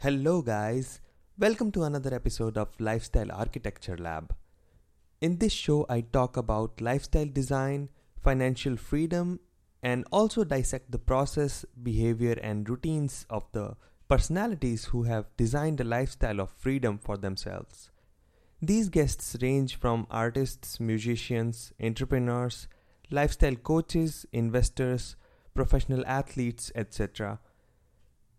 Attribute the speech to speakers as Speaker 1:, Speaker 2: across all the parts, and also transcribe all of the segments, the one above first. Speaker 1: Hello, guys. Welcome to another episode of Lifestyle Architecture Lab. In this show, I talk about lifestyle design, financial freedom, and also dissect the process, behavior, and routines of the personalities who have designed a lifestyle of freedom for themselves. These guests range from artists, musicians, entrepreneurs, lifestyle coaches, investors, professional athletes, etc.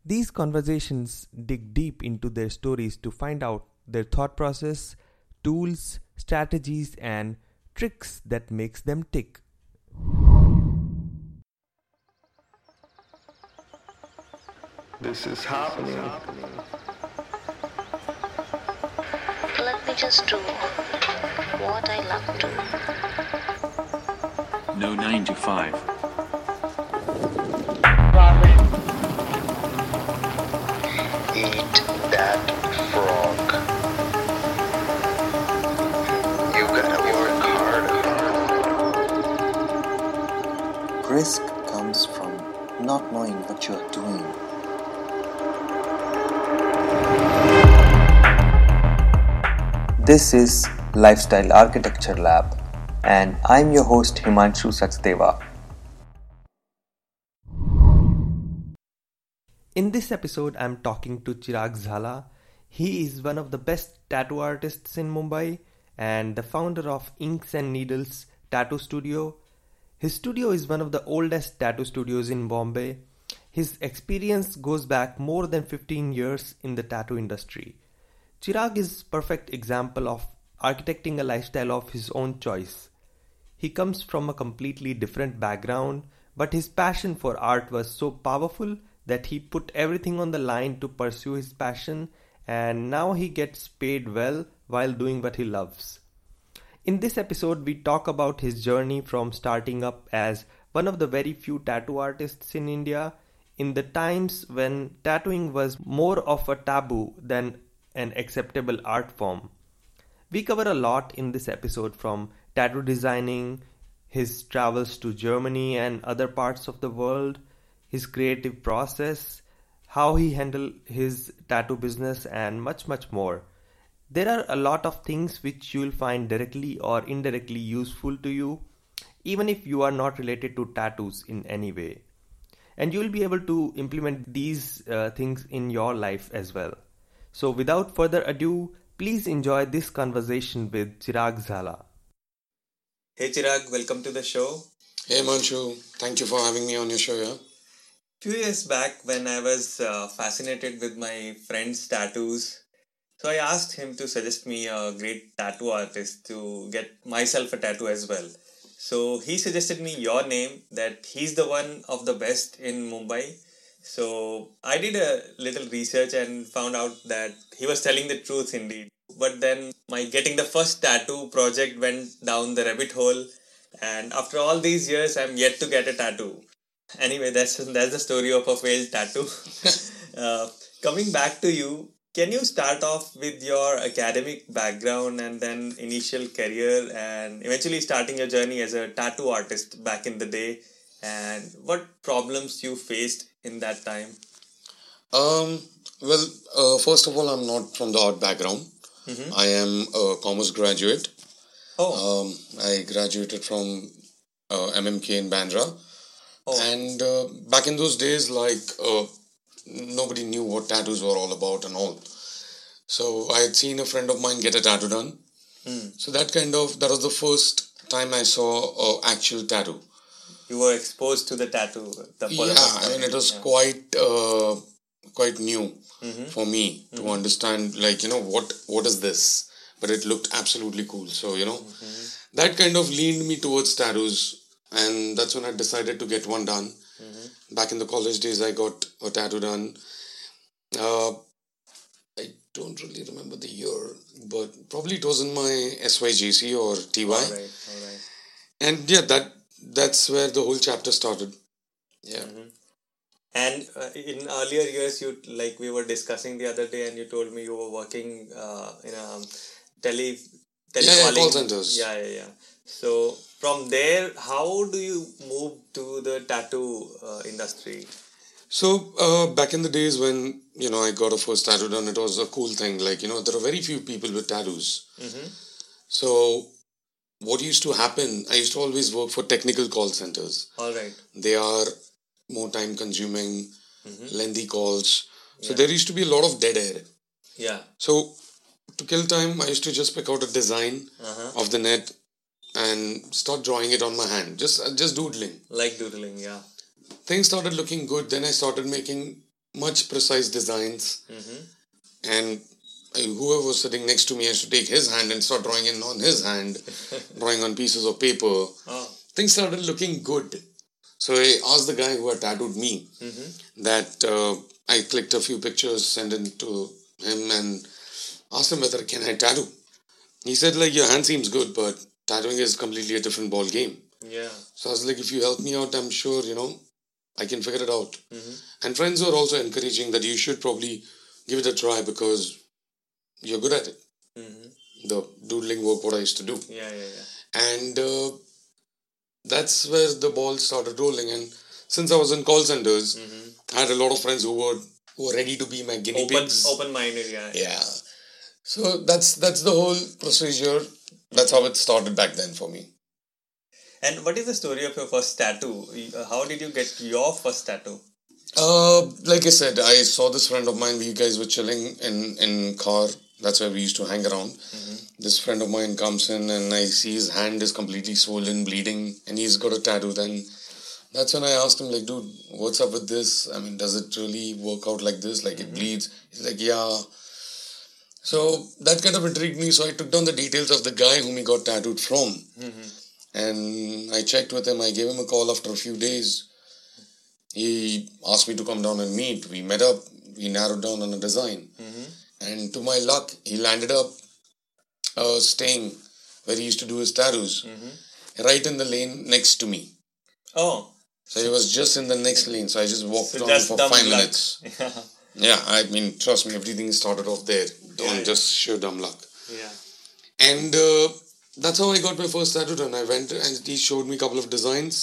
Speaker 1: These conversations dig deep into their stories to find out their thought process, tools, strategies and tricks that makes them tick.
Speaker 2: This is happening.
Speaker 3: Let me just do what I love to.
Speaker 4: No 9 to 5.
Speaker 2: Eat that frog. You gotta work hard.
Speaker 5: Risk comes from not knowing what you are doing. This is Lifestyle Architecture Lab, and I'm your host Himanshu Sachdeva.
Speaker 1: In this episode I'm talking to Chirag Zala. He is one of the best tattoo artists in Mumbai and the founder of Inks and Needles Tattoo Studio. His studio is one of the oldest tattoo studios in Bombay. His experience goes back more than 15 years in the tattoo industry. Chirag is perfect example of architecting a lifestyle of his own choice. He comes from a completely different background, but his passion for art was so powerful that he put everything on the line to pursue his passion and now he gets paid well while doing what he loves. In this episode, we talk about his journey from starting up as one of the very few tattoo artists in India in the times when tattooing was more of a taboo than an acceptable art form. We cover a lot in this episode from tattoo designing, his travels to Germany and other parts of the world, his creative process, how he handled his tattoo business, and much, much more. There are a lot of things which you'll find directly or indirectly useful to you, even if you are not related to tattoos in any way. And you'll be able to implement these uh, things in your life as well. So, without further ado, please enjoy this conversation with Chirag Zala. Hey Chirag, welcome to the show.
Speaker 6: Hey Manshu, thank you for having me on your show. Yeah,
Speaker 1: few years back when i was uh, fascinated with my friend's tattoos so i asked him to suggest me a great tattoo artist to get myself a tattoo as well so he suggested me your name that he's the one of the best in mumbai so i did a little research and found out that he was telling the truth indeed but then my getting the first tattoo project went down the rabbit hole and after all these years i'm yet to get a tattoo anyway that's that's the story of a failed tattoo uh, coming back to you can you start off with your academic background and then initial career and eventually starting your journey as a tattoo artist back in the day and what problems you faced in that time
Speaker 6: Um, well, uh, first of all, I'm not from the art background. I am a commerce graduate.
Speaker 1: oh
Speaker 6: Um, I graduated from uh, MMK in Bandra, and uh, back in those days, like uh, nobody knew what tattoos were all about and all. So I had seen a friend of mine get a tattoo done. So that kind of that was the first time I saw a actual tattoo.
Speaker 1: you were exposed to the tattoo the
Speaker 6: yeah, I mean, it was quite uh, quite new for me to understand. Like you know what what is this? But it looked absolutely cool. So you know that kind of leaned me towards tattoos, and that's when I decided to get one done. Back in the college days, I got a tattoo done. Uh, I don't really remember the year, but probably it was in my SYJC or TY
Speaker 1: all right all right
Speaker 6: and yeah that that's where the whole chapter started yeah
Speaker 1: And uh, in earlier years, you like we were discussing the other day, and you told me you were working uh, in a
Speaker 4: um,
Speaker 1: tele
Speaker 6: yeah,
Speaker 1: telecalling.
Speaker 6: call centers.
Speaker 1: Yeah, yeah, yeah. So from there, how do you move to the tattoo uh, industry?
Speaker 6: So uh, back in the days when you know I got a first tattoo done, it was a cool thing. Like you know, there are very few people with tattoos. So what used to happen? I used to always work for technical call centers.
Speaker 4: All right.
Speaker 6: They are more time consuming, lengthy calls. So there used to be a lot of dead air.
Speaker 4: Yeah.
Speaker 6: So to kill time, I used to just pick out a design of the net and start drawing it on my hand. Just just doodling.
Speaker 4: Like doodling. Yeah.
Speaker 6: Things started looking good. Then I started making much precise designs, and I- whoever was sitting next to me has to take his hand and start drawing in on his hand, drawing on pieces of paper.
Speaker 4: Oh.
Speaker 6: Things started looking good. So I asked the guy who had tattooed me that uh, I clicked a few pictures, sent it to him, and asked him whether can I tattoo. He said like your hand seems good, but tattooing is completely a different ball game.
Speaker 4: Yeah.
Speaker 6: So I was like, if you help me out, I'm sure you know I can figure it out.
Speaker 4: Mm-hmm.
Speaker 6: And friends were also encouraging that you should probably give it a try because you're good at it.
Speaker 4: Mm-hmm.
Speaker 6: The doodling work, what I used to do
Speaker 4: Yeah. Yeah. Yeah.
Speaker 6: and uh, that's where the ball started rolling. And since I was in call centers, I had a lot of friends who were who were ready to be my guinea
Speaker 4: Mm-hmm. Open.
Speaker 6: pigs.
Speaker 4: Open-minded. Yeah.
Speaker 6: Yeah, so that's that's the whole procedure. That's how it started back then for me.
Speaker 4: And what is the story of your first tattoo? Y- uh, How did you get your first tattoo?
Speaker 6: Uh, like I said, I saw this friend of mine. We guys were chilling in in car. That's where we used to hang around. This friend of mine comes in, and I see his hand is completely swollen, bleeding, and he's got a tattoo. Then that's when I asked him, like, dude, what's up with this? I mean, does it really work out like this? Like, it bleeds. He's like, yeah. So that kind of intrigued me. So I took down the details of the guy whom he got tattooed from, and I checked with him. I gave him a call after a few days he asked me to come down and meet. We met up. We narrowed down on a design,
Speaker 4: Mm-hmm.
Speaker 6: and to my luck, he landed up uh, staying where he used to do his tattoos,
Speaker 4: Mm-hmm.
Speaker 6: right in the lane next to me.
Speaker 4: Oh,
Speaker 6: So he was just in the next lane. So I just walked
Speaker 4: so
Speaker 6: on
Speaker 4: that's
Speaker 6: for
Speaker 4: dumb
Speaker 6: five
Speaker 4: luck.
Speaker 6: minutes. Yeah, I mean, trust me, everything started off there. Don't
Speaker 4: yeah.
Speaker 6: just show dumb luck.
Speaker 4: Yeah.
Speaker 6: And uh, that's how I got my first tattoo done. I went and he showed me a couple of designs.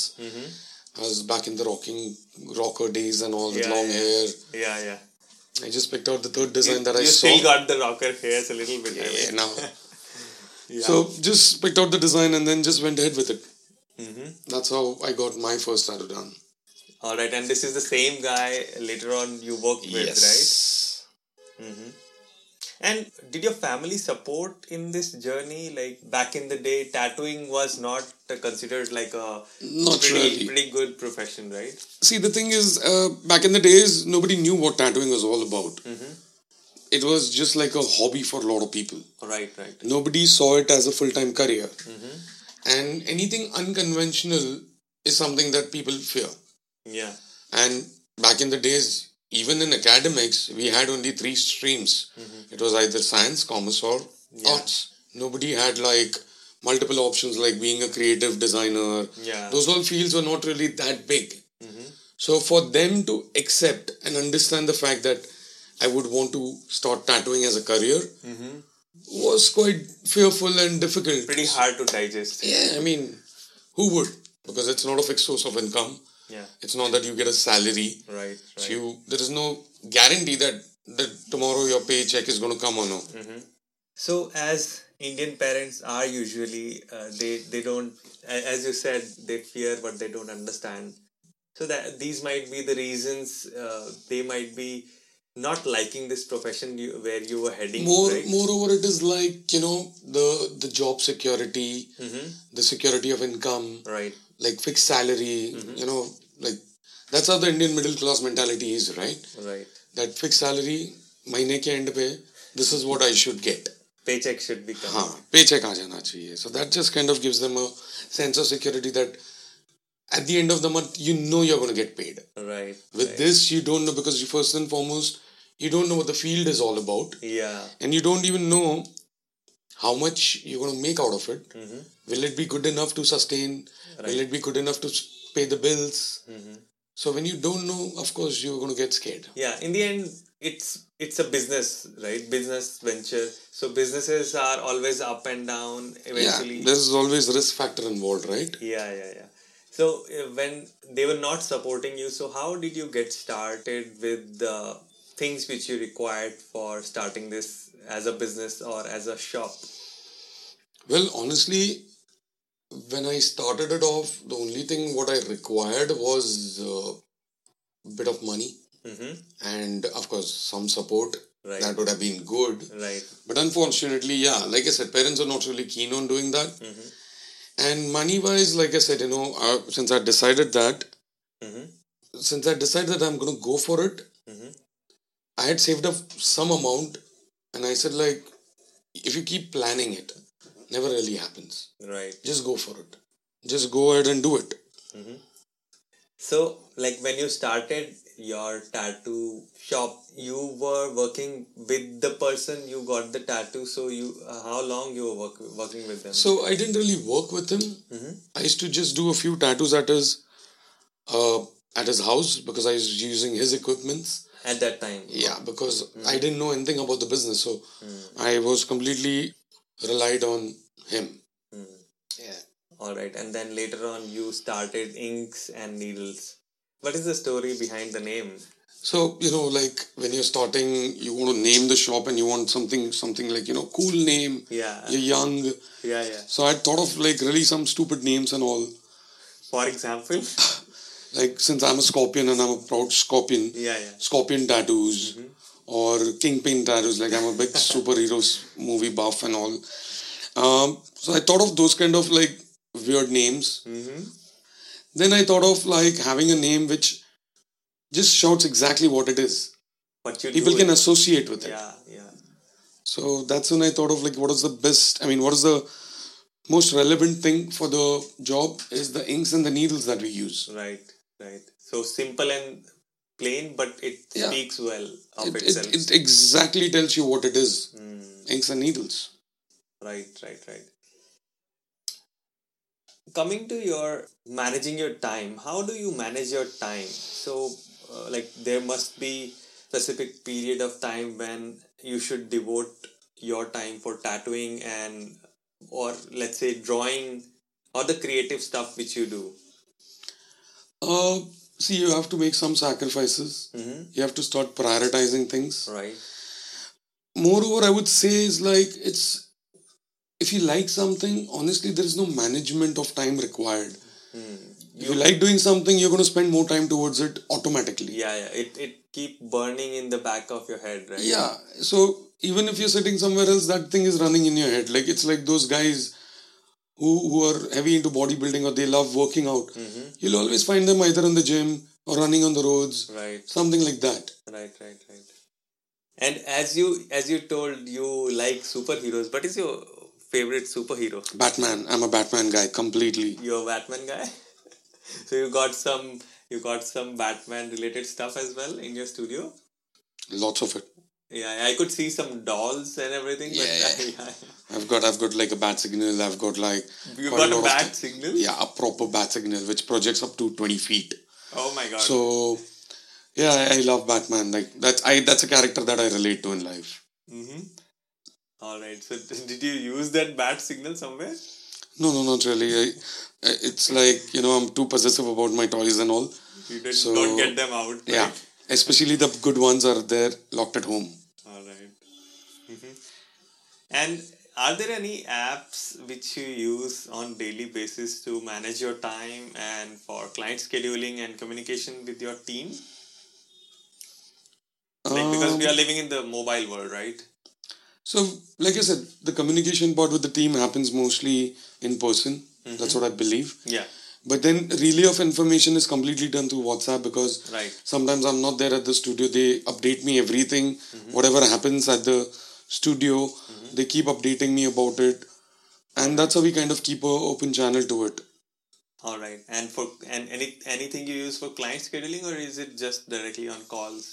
Speaker 6: I was back in the rocking rocker days and all with
Speaker 4: Mm-hmm. Yeah,
Speaker 6: long
Speaker 4: yeah.
Speaker 6: hair.
Speaker 4: Yeah. Yeah.
Speaker 6: I just picked out the third design that I
Speaker 4: you
Speaker 6: saw.
Speaker 4: still got the rocker hairs a little bit. I mean.
Speaker 6: yeah, now.
Speaker 4: Yeah.
Speaker 6: So just picked out the design and then just went ahead with it.
Speaker 4: Mm-hmm.
Speaker 6: That's how I got my first tattoo done.
Speaker 4: all right, and this is the same guy later on you worked with,
Speaker 6: yes.
Speaker 4: right? And did your family support in this journey? Like back in the day, tattooing was not uh, considered like a
Speaker 6: Not
Speaker 4: pretty
Speaker 6: really.
Speaker 4: pretty good profession, right?
Speaker 6: See, the thing is, uh, back in the days, nobody knew what tattooing was all about.
Speaker 4: Mm-hmm.
Speaker 6: It was just like a hobby for a lot of people.
Speaker 4: Right. Right.
Speaker 6: Nobody saw it as a full time career. And anything unconventional is something that people fear.
Speaker 4: Yeah.
Speaker 6: And back in the days, even in academics, we had only three streams.
Speaker 4: Mm-hmm.
Speaker 6: It was either science, commerce, or arts. Nobody had like multiple options like being a creative designer.
Speaker 4: Yeah. Mm-hmm.
Speaker 6: Those all fields were not really that big. So for them to accept and understand the fact that I would want to start tattooing as a career was quite fearful and difficult.
Speaker 4: Mm-hmm. Pretty hard to digest.
Speaker 6: Yeah, I mean, who would? Because it's not a fixed source of income.
Speaker 4: Yeah.
Speaker 6: It's not that you get a salary.
Speaker 4: Right. Right.
Speaker 6: So you, there is no guarantee that, that tomorrow your paycheck is going to come or no.
Speaker 4: Mm-hmm. So, as Indian parents are usually, uh, they they don't, a- as you said, they fear what they don't understand. So that these might be the reasons uh, they might be not liking this profession you, where you were heading.
Speaker 6: More,
Speaker 4: right?
Speaker 6: moreover, it is like you know the the job security, the security of income,
Speaker 4: Mm-hmm. right, Mm-hmm.
Speaker 6: like fixed salary. You know, like that's how the Indian middle class mentality is, right?
Speaker 4: right.
Speaker 6: That fixed salary, महीने के end पे, this is what I should get.
Speaker 4: Paycheck should be coming.
Speaker 6: हाँ, paycheck आ जाना चाहिए. So that just kind of gives them a sense of security that at the end of the month you know you're going to get paid.
Speaker 4: Right.
Speaker 6: With this, you don't know because you first and foremost, you don't know what the field is all about,
Speaker 4: Yeah.
Speaker 6: and you don't even know how much you're going to make out of it.
Speaker 4: Mm-hmm.
Speaker 6: Will it be good enough to sustain? Will it be good enough to s- pay the bills?
Speaker 4: Mm-hmm.
Speaker 6: So when you don't know, of course, you're going to get scared.
Speaker 4: Yeah. In the end, it's it's a business, right? Business venture. So businesses are always up and down. Eventually.
Speaker 6: Yeah, there's always risk factor involved, right?
Speaker 4: Yeah, yeah, yeah. So uh, when they were not supporting you, so how did you get started with the things which you required for starting this as a business or as a shop?
Speaker 6: Well, honestly, when I started it off, the only thing what I required was a bit of money
Speaker 4: Mm-hmm.
Speaker 6: and, of course, some support.
Speaker 4: Right.
Speaker 6: That would have been good.
Speaker 4: Right.
Speaker 6: But unfortunately, yeah, like I said, parents are not really keen on doing that. And money wise, like I said, you know, uh, since I decided that,
Speaker 4: Mm-hmm.
Speaker 6: since I decided that I'm going to go for it,
Speaker 4: Mhm.
Speaker 6: I had saved up some amount and I said, like, if you keep planning it, never really happens.
Speaker 4: Right.
Speaker 6: Just go for it. Just go ahead and do it.
Speaker 4: So, like when you started your tattoo shop, you were working with the person you got the tattoo. So, you uh, how long you were work, working with them?
Speaker 6: So I didn't really work with him. I used to just do a few tattoos at his uh, at his house because I was using his equipments.
Speaker 4: at that time,
Speaker 6: Yeah, because I didn't know anything about the business, so I was completely relied on him. Yeah.
Speaker 4: all right. And then later on, you started inks and needles. What is the story behind the name?
Speaker 6: So you know, like when you're starting, you want to name the shop and you want something, something like you know, cool name.
Speaker 4: Yeah.
Speaker 6: You're young,
Speaker 4: Yeah, yeah.
Speaker 6: so I thought of like really some stupid names and all.
Speaker 4: For example,
Speaker 6: Like since I'm a scorpion and I'm a proud scorpion,
Speaker 4: yeah, yeah. Mm-hmm.
Speaker 6: scorpion tattoos or kingpin tattoos. Like I'm a big superheroes movie buff and all. Um, so I thought of those kind of like weird names.
Speaker 4: Mm-hmm.
Speaker 6: Then I thought of like having a name which just shouts exactly what it is.
Speaker 4: What you
Speaker 6: People
Speaker 4: do
Speaker 6: can
Speaker 4: is-
Speaker 6: associate with it.
Speaker 4: Yeah, yeah.
Speaker 6: So that's when I thought of like what is the best. I mean, what is the most relevant thing for the job is the inks and the needles that we use.
Speaker 4: Right, right. So simple and plain, but it
Speaker 6: Yeah.
Speaker 4: speaks well of
Speaker 6: It,
Speaker 4: itself.
Speaker 6: it, it exactly tells you what it is. Inks and needles.
Speaker 4: Right, right, right. Coming to your managing your time, how do you manage your time? So, uh, like, there must be specific period of time when you should devote your time for tattooing and, or let's say, drawing or the creative stuff which you do.
Speaker 6: Uh, see, you have to make some sacrifices. You have to start prioritizing things.
Speaker 4: Right,
Speaker 6: Moreover, I would say is like it's if you like something, honestly, there is no management of time required. If you like doing something, you're going to spend more time towards it automatically.
Speaker 4: yeah, yeah. It it keep burning in the back of your head, right?
Speaker 6: Yeah. So even if you're sitting somewhere else, that thing is running in your head. Like it's like those guys who who are heavy into bodybuilding or they love working out.
Speaker 4: Mm-hmm.
Speaker 6: You'll always find them either in the gym or running on the roads,
Speaker 4: Right.
Speaker 6: something like that.
Speaker 4: Right, right, right. And as you as you told, you like superheroes. What is your favorite superhero?
Speaker 6: Batman. I'm a Batman guy completely.
Speaker 4: You're a Batman guy. so you got some you got some Batman related stuff as well in your studio.
Speaker 6: Lots of it.
Speaker 4: Yeah, I could see some dolls and everything. But
Speaker 6: Yeah, yeah.
Speaker 4: yeah.
Speaker 6: I've got I've got like a bat signal. I've got like
Speaker 4: You got
Speaker 6: quite
Speaker 4: a
Speaker 6: lot of
Speaker 4: bat
Speaker 6: thi-
Speaker 4: signal.
Speaker 6: yeah, a proper bat signal which projects up to twenty feet.
Speaker 4: Oh my god.
Speaker 6: So yeah, I, I love Batman. Like that's I that's a character that I relate to in life.
Speaker 4: Mm-hmm. All right. So did you use that bat signal somewhere?
Speaker 6: No, no, not really. I, I- it's like you know I'm too possessive about my toys and all.
Speaker 4: You did
Speaker 6: So-
Speaker 4: not get them out.
Speaker 6: Yeah,
Speaker 4: right?
Speaker 6: especially the good ones are there locked at home.
Speaker 4: All right. Mhm. And are there any apps which you use on daily basis to manage your time and for client scheduling and communication with your team? Like because we
Speaker 6: Um,
Speaker 4: are living in the mobile world, right?
Speaker 6: So, like I said, the communication part with the team happens mostly in person. That's what I believe.
Speaker 4: Yeah.
Speaker 6: But then relay of information is completely done through WhatsApp because
Speaker 4: Right.
Speaker 6: sometimes I'm not there at the studio. They update me everything, whatever happens at the studio, they keep updating me about it, and that's how we kind of keep a open channel to it.
Speaker 4: All right. And for and any anything you use for client scheduling or is it just directly on calls?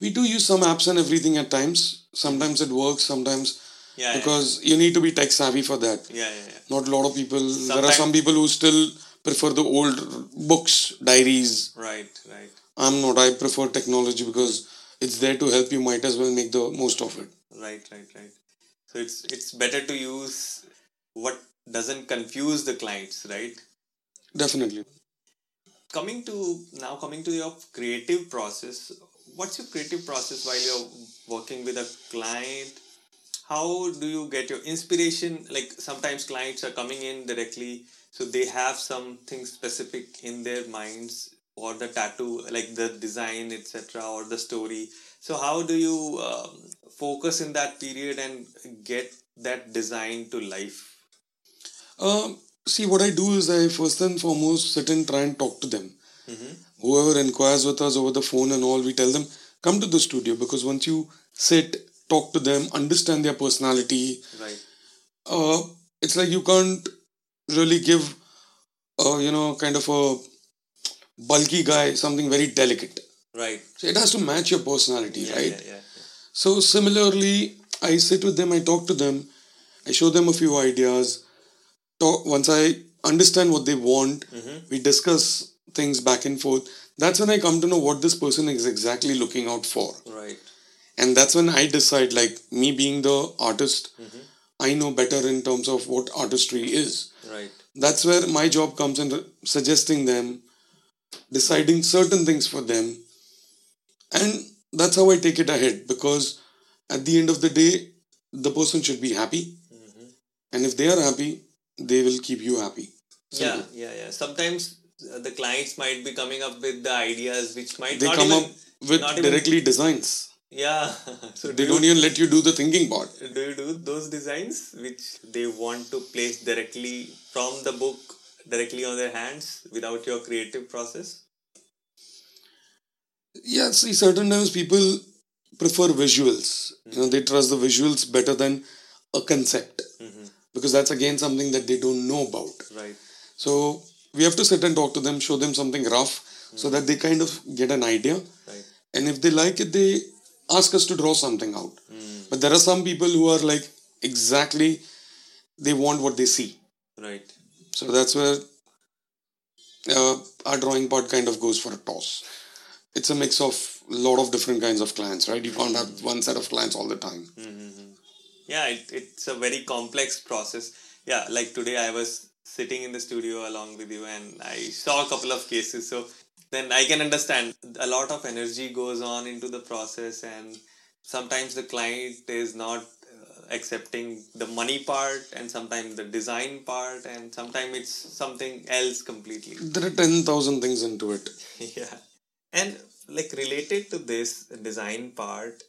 Speaker 6: We do use some apps and everything at times. Sometimes it works, sometimes
Speaker 4: Yeah. yeah.
Speaker 6: because you need to be tech savvy for that.
Speaker 4: yeah, yeah, yeah.
Speaker 6: Not a lot of people. there are
Speaker 4: Sometimes-
Speaker 6: some people who still prefer the old books, diaries.
Speaker 4: Right, right.
Speaker 6: I'm not. I prefer technology because it's there to help you. Might as well make the most of it.
Speaker 4: Right, right, right. So it's it's better to use what doesn't confuse the clients, right?
Speaker 6: Definitely.
Speaker 4: coming to now coming to your creative process what's your creative process while you're working with a client how do you get your inspiration like sometimes clients are coming in directly so they have something specific in their minds or the tattoo like the design etc or the story so how do you um, focus in that period and get that design to life
Speaker 6: Um, see, what I do is I first and foremost sit and try and talk to them.
Speaker 4: Mm-hmm.
Speaker 6: Whoever inquires with us over the phone and all, we tell them come to the studio because once you sit, talk to them, understand their personality,
Speaker 4: right
Speaker 6: uh, it's like you can't really give, uh, you know, kind of a bulky guy something very delicate.
Speaker 4: right
Speaker 6: So it has to match your personality,
Speaker 4: yeah,
Speaker 6: right?
Speaker 4: yeah, yeah,
Speaker 6: So similarly, I sit with them, I talk to them, I show them a few ideas. Talk, once I understand what they want,
Speaker 4: Mm-hmm.
Speaker 6: we discuss things back and forth. That's when I come to know what this person is exactly looking out for.
Speaker 4: right
Speaker 6: And that's when I decide, like me being the artist, I know better in terms of what artistry is.
Speaker 4: right
Speaker 6: That's where my job comes in suggesting them, deciding certain things for them. And that's how I take it ahead because at the end of the day, the person should be happy. And if they are happy, they will keep you happy.
Speaker 4: yeah yeah yeah sometimes uh, the clients might be coming up with the ideas which might
Speaker 6: They
Speaker 4: not
Speaker 6: come
Speaker 4: even,
Speaker 6: up with
Speaker 4: not even-
Speaker 6: directly designs.
Speaker 4: yeah so
Speaker 6: They
Speaker 4: do
Speaker 6: don't
Speaker 4: you,
Speaker 6: even let you do the thinking part.
Speaker 4: do you do those designs which they want to place directly from the book directly on their hands without your creative process
Speaker 6: Yeah, see, certain times people prefer visuals. You know, they trust the visuals better than a concept because that's again something that they don't know about.
Speaker 4: Mm-hmm. right
Speaker 6: So we have to sit and talk to them, show them something rough, so that they kind of get an idea.
Speaker 4: Mm-hmm. right
Speaker 6: And if they like it, they ask us to draw something out.
Speaker 4: Mm.
Speaker 6: But there are some people who are like exactly they want what they see.
Speaker 4: right
Speaker 6: So that's where uh, our drawing part kind of goes for a toss. It's a mix of a lot of different kinds of clients, right? You can't have one set of clients all the time.
Speaker 4: yeah it, it's a very complex process yeah like today i was sitting in the studio along with you and i saw a couple of cases so then i can understand a lot of energy goes on into the process and sometimes the client is not uh, accepting the money part and sometimes the design part and sometimes it's something else completely
Speaker 6: There are 10,000 things into it.
Speaker 4: yeah and like related to this design part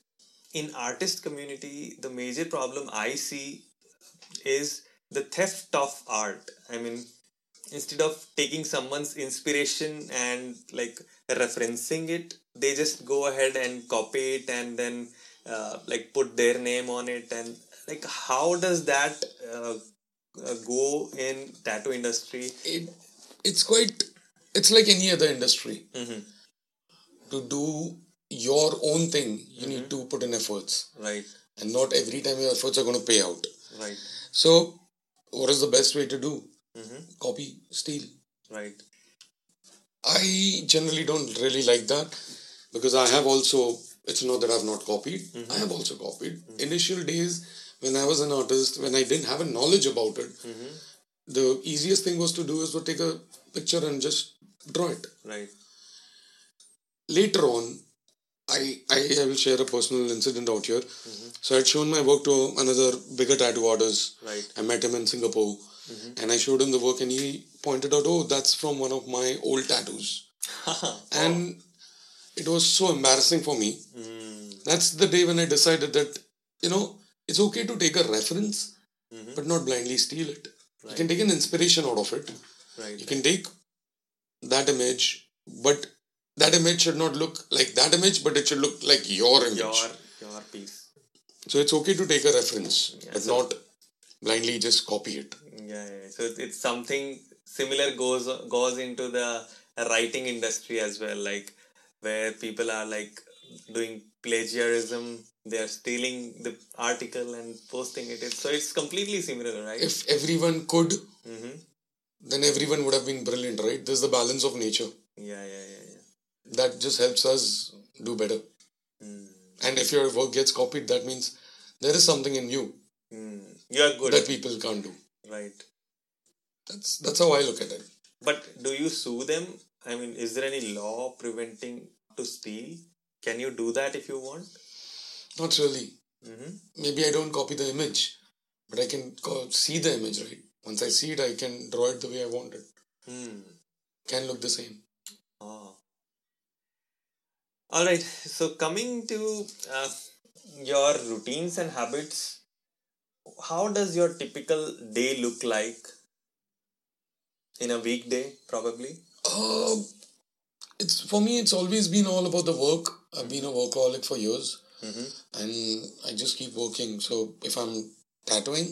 Speaker 4: in artist community the major problem i see is the theft of art i mean instead of taking someone's inspiration and like referencing it they just go ahead and copy it and then uh, like put their name on it and like how does that uh, uh, go in tattoo industry
Speaker 6: it it's quite it's like any other industry to do your own thing you need to put in efforts
Speaker 4: right
Speaker 6: and not every time your efforts are going to pay out
Speaker 4: right
Speaker 6: so what is the best way to do copy steal
Speaker 4: right
Speaker 6: i generally don't really like that because i have also it's not that i've not copied i have also copied initial days when i was an artist when i didn't have a knowledge about it the easiest thing was to do is to take a picture and just draw it
Speaker 4: right
Speaker 6: later on I, I I will share a personal incident out here. So I'd shown my work to another bigger tattoo artist.
Speaker 4: Right.
Speaker 6: I met him in Singapore, and I showed him the work, and he pointed out, "Oh, that's from one of my old tattoos." And it was so embarrassing for me.
Speaker 4: Mm.
Speaker 6: That's the day when I decided that you know it's okay to take a reference,
Speaker 4: Mm-hmm.
Speaker 6: but not blindly steal it. You can take an inspiration out of it
Speaker 4: right
Speaker 6: you can take that image but that image should not look like that image but it should look like your image
Speaker 4: your your piece
Speaker 6: so it's okay to take a reference but
Speaker 4: so-
Speaker 6: not blindly just copy it
Speaker 4: yeah, yeah. so it- it's something similar goes goes into the writing industry as well like where people are like doing plagiarism they are stealing the article and posting it It's- so it's completely similar right
Speaker 6: if everyone could
Speaker 4: Mm-hmm.
Speaker 6: then everyone would have been brilliant right there's the balance of nature
Speaker 4: yeah yeah yeah, yeah.
Speaker 6: that just helps us do better and if your work gets copied that means there is something in you
Speaker 4: you are good
Speaker 6: that people can't do
Speaker 4: right
Speaker 6: that's that's how i look at it
Speaker 4: but do you sue them I mean, is there any law preventing to steal? Can you do that if you want?
Speaker 6: Not really.
Speaker 4: hmm
Speaker 6: Maybe I don't copy the image, but I can co- see the image, right? Once I see it, I can draw it the way I want it.
Speaker 4: Hmm.
Speaker 6: Can look the same.
Speaker 4: Ah. All right. So coming to uh, your routines and habits, how does your typical day look like? In a weekday, probably.
Speaker 6: Uh, it's for me. It's always been all about the work. I've been a workaholic for years, and I just keep working. So if I'm tattooing,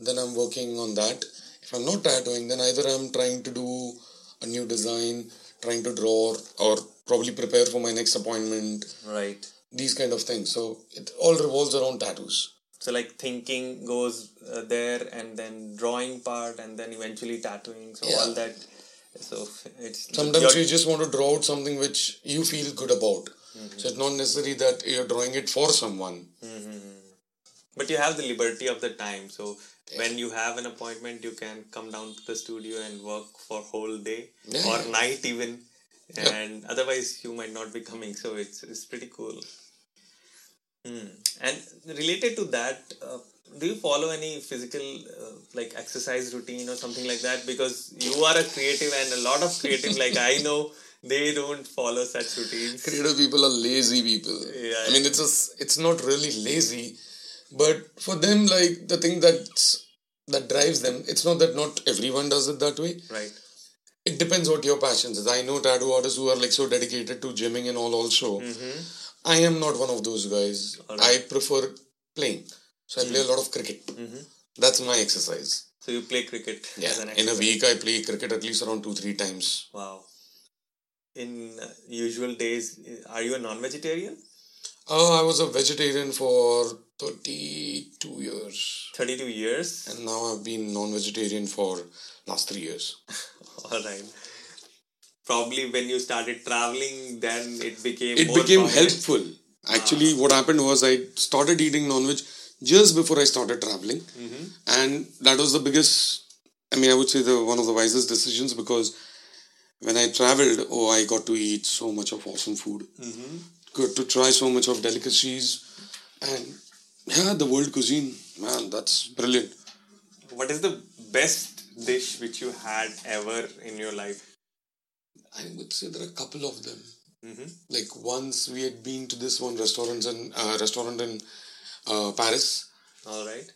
Speaker 6: then I'm working on that. If I'm not tattooing, then either I'm trying to do a new design, trying to draw, or probably prepare for my next appointment.
Speaker 4: Right.
Speaker 6: These kind of things. So it all revolves around tattoos.
Speaker 4: So like thinking goes uh, there, and then drawing part, and then eventually tattooing. So
Speaker 6: Yeah.
Speaker 4: all that. So it's
Speaker 6: Sometimes
Speaker 4: your-
Speaker 6: you just want to draw out something which you feel good about. So it's not necessary that you're drawing it for someone.
Speaker 4: But you have the liberty of the time. So when you have an appointment, you can come down to the studio and work for whole day
Speaker 6: Yeah,
Speaker 4: or
Speaker 6: yeah.
Speaker 4: night even. And otherwise, you might not be coming. So it's it's pretty cool. Hmm. And related to that, uh, do you follow any physical uh, like exercise routine or something like that? Because you are a creative, and a lot of creative, like I know, they don't follow such routines.
Speaker 6: creative people are lazy people.
Speaker 4: Yeah.
Speaker 6: I mean, it's just, it's not really lazy, but for them, like the thing that's that drives them. It's not that not everyone does it that way.
Speaker 4: Right.
Speaker 6: It depends what your passions is. I know tattoo artists who are like so dedicated to gymming and all. Also,
Speaker 4: Mm-hmm.
Speaker 6: I am not one of those guys. I prefer playing, so I play
Speaker 4: Mm-hmm.
Speaker 6: a lot of cricket. That's my exercise.
Speaker 4: So you play cricket as an
Speaker 6: in a
Speaker 4: exercise.
Speaker 6: week I play cricket at least around two three times.
Speaker 4: Wow. In uh, usual days, uh, are you a non-vegetarian?
Speaker 6: Oh, I was a vegetarian for thirty two years.
Speaker 4: Thirty-two years.
Speaker 6: and now I've been non-vegetarian for last three years.
Speaker 4: All right. Probably when you started traveling, then it became.
Speaker 6: It
Speaker 4: more
Speaker 6: became
Speaker 4: prominent.
Speaker 6: helpful. Actually, what happened was I started eating non-veg just before I started traveling, and that was the biggest. I mean, I would say the one of the wisest decisions because when I traveled, oh, I got to eat so much of awesome food, got to try so much of delicacies, and yeah, the world cuisine, man, that's brilliant.
Speaker 4: What is the best dish which you had ever in your life?
Speaker 6: I would say there are a couple of them. Like once we had been to this one restaurant in uh, restaurant in uh, Paris.
Speaker 4: All right.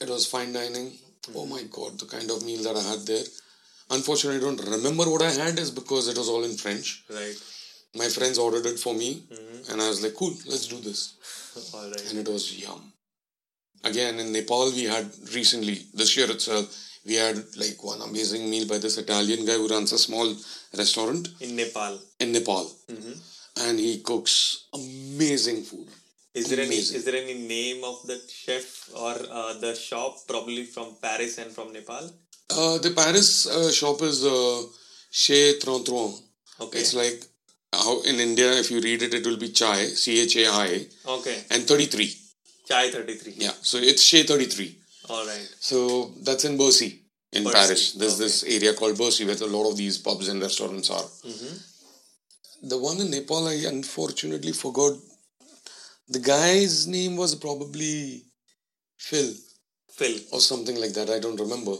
Speaker 6: It was fine dining. Oh my god, the kind of meal that I had there. Unfortunately, I don't remember what I had is because it was all in French.
Speaker 4: Right.
Speaker 6: My friends ordered it for me, and I was like, "Cool, let's do this."
Speaker 4: All right.
Speaker 6: And it was yum. Again, in Nepal, we had recently this year itself. We had like one amazing meal by this Italian guy who runs a small restaurant
Speaker 4: In Nepal,
Speaker 6: in Nepal,
Speaker 4: Mm-hmm.
Speaker 6: and he cooks amazing food.
Speaker 4: is there any
Speaker 6: Amazing.
Speaker 4: is there any name of the chef or uh, the shop? Probably from Paris and from Nepal.
Speaker 6: Uh, the Paris uh, shop is uh, Chez Trentron.
Speaker 4: Okay.
Speaker 6: It's like how in India, if you read it, it will be chai, C H A I,
Speaker 4: Okay.
Speaker 6: and thirty three.
Speaker 4: Chai thirty three.
Speaker 6: Yeah, so it's Chez thirty three.
Speaker 4: All right.
Speaker 6: So that's in Bercy, in
Speaker 4: Bercy,
Speaker 6: Paris. There's this area called Bercy where a lot of these pubs and restaurants are.
Speaker 4: Mm-hmm.
Speaker 6: The one in Nepal, I unfortunately forgot. The guy's name was probably Phil.
Speaker 4: Phil.
Speaker 6: or something like that. I don't remember.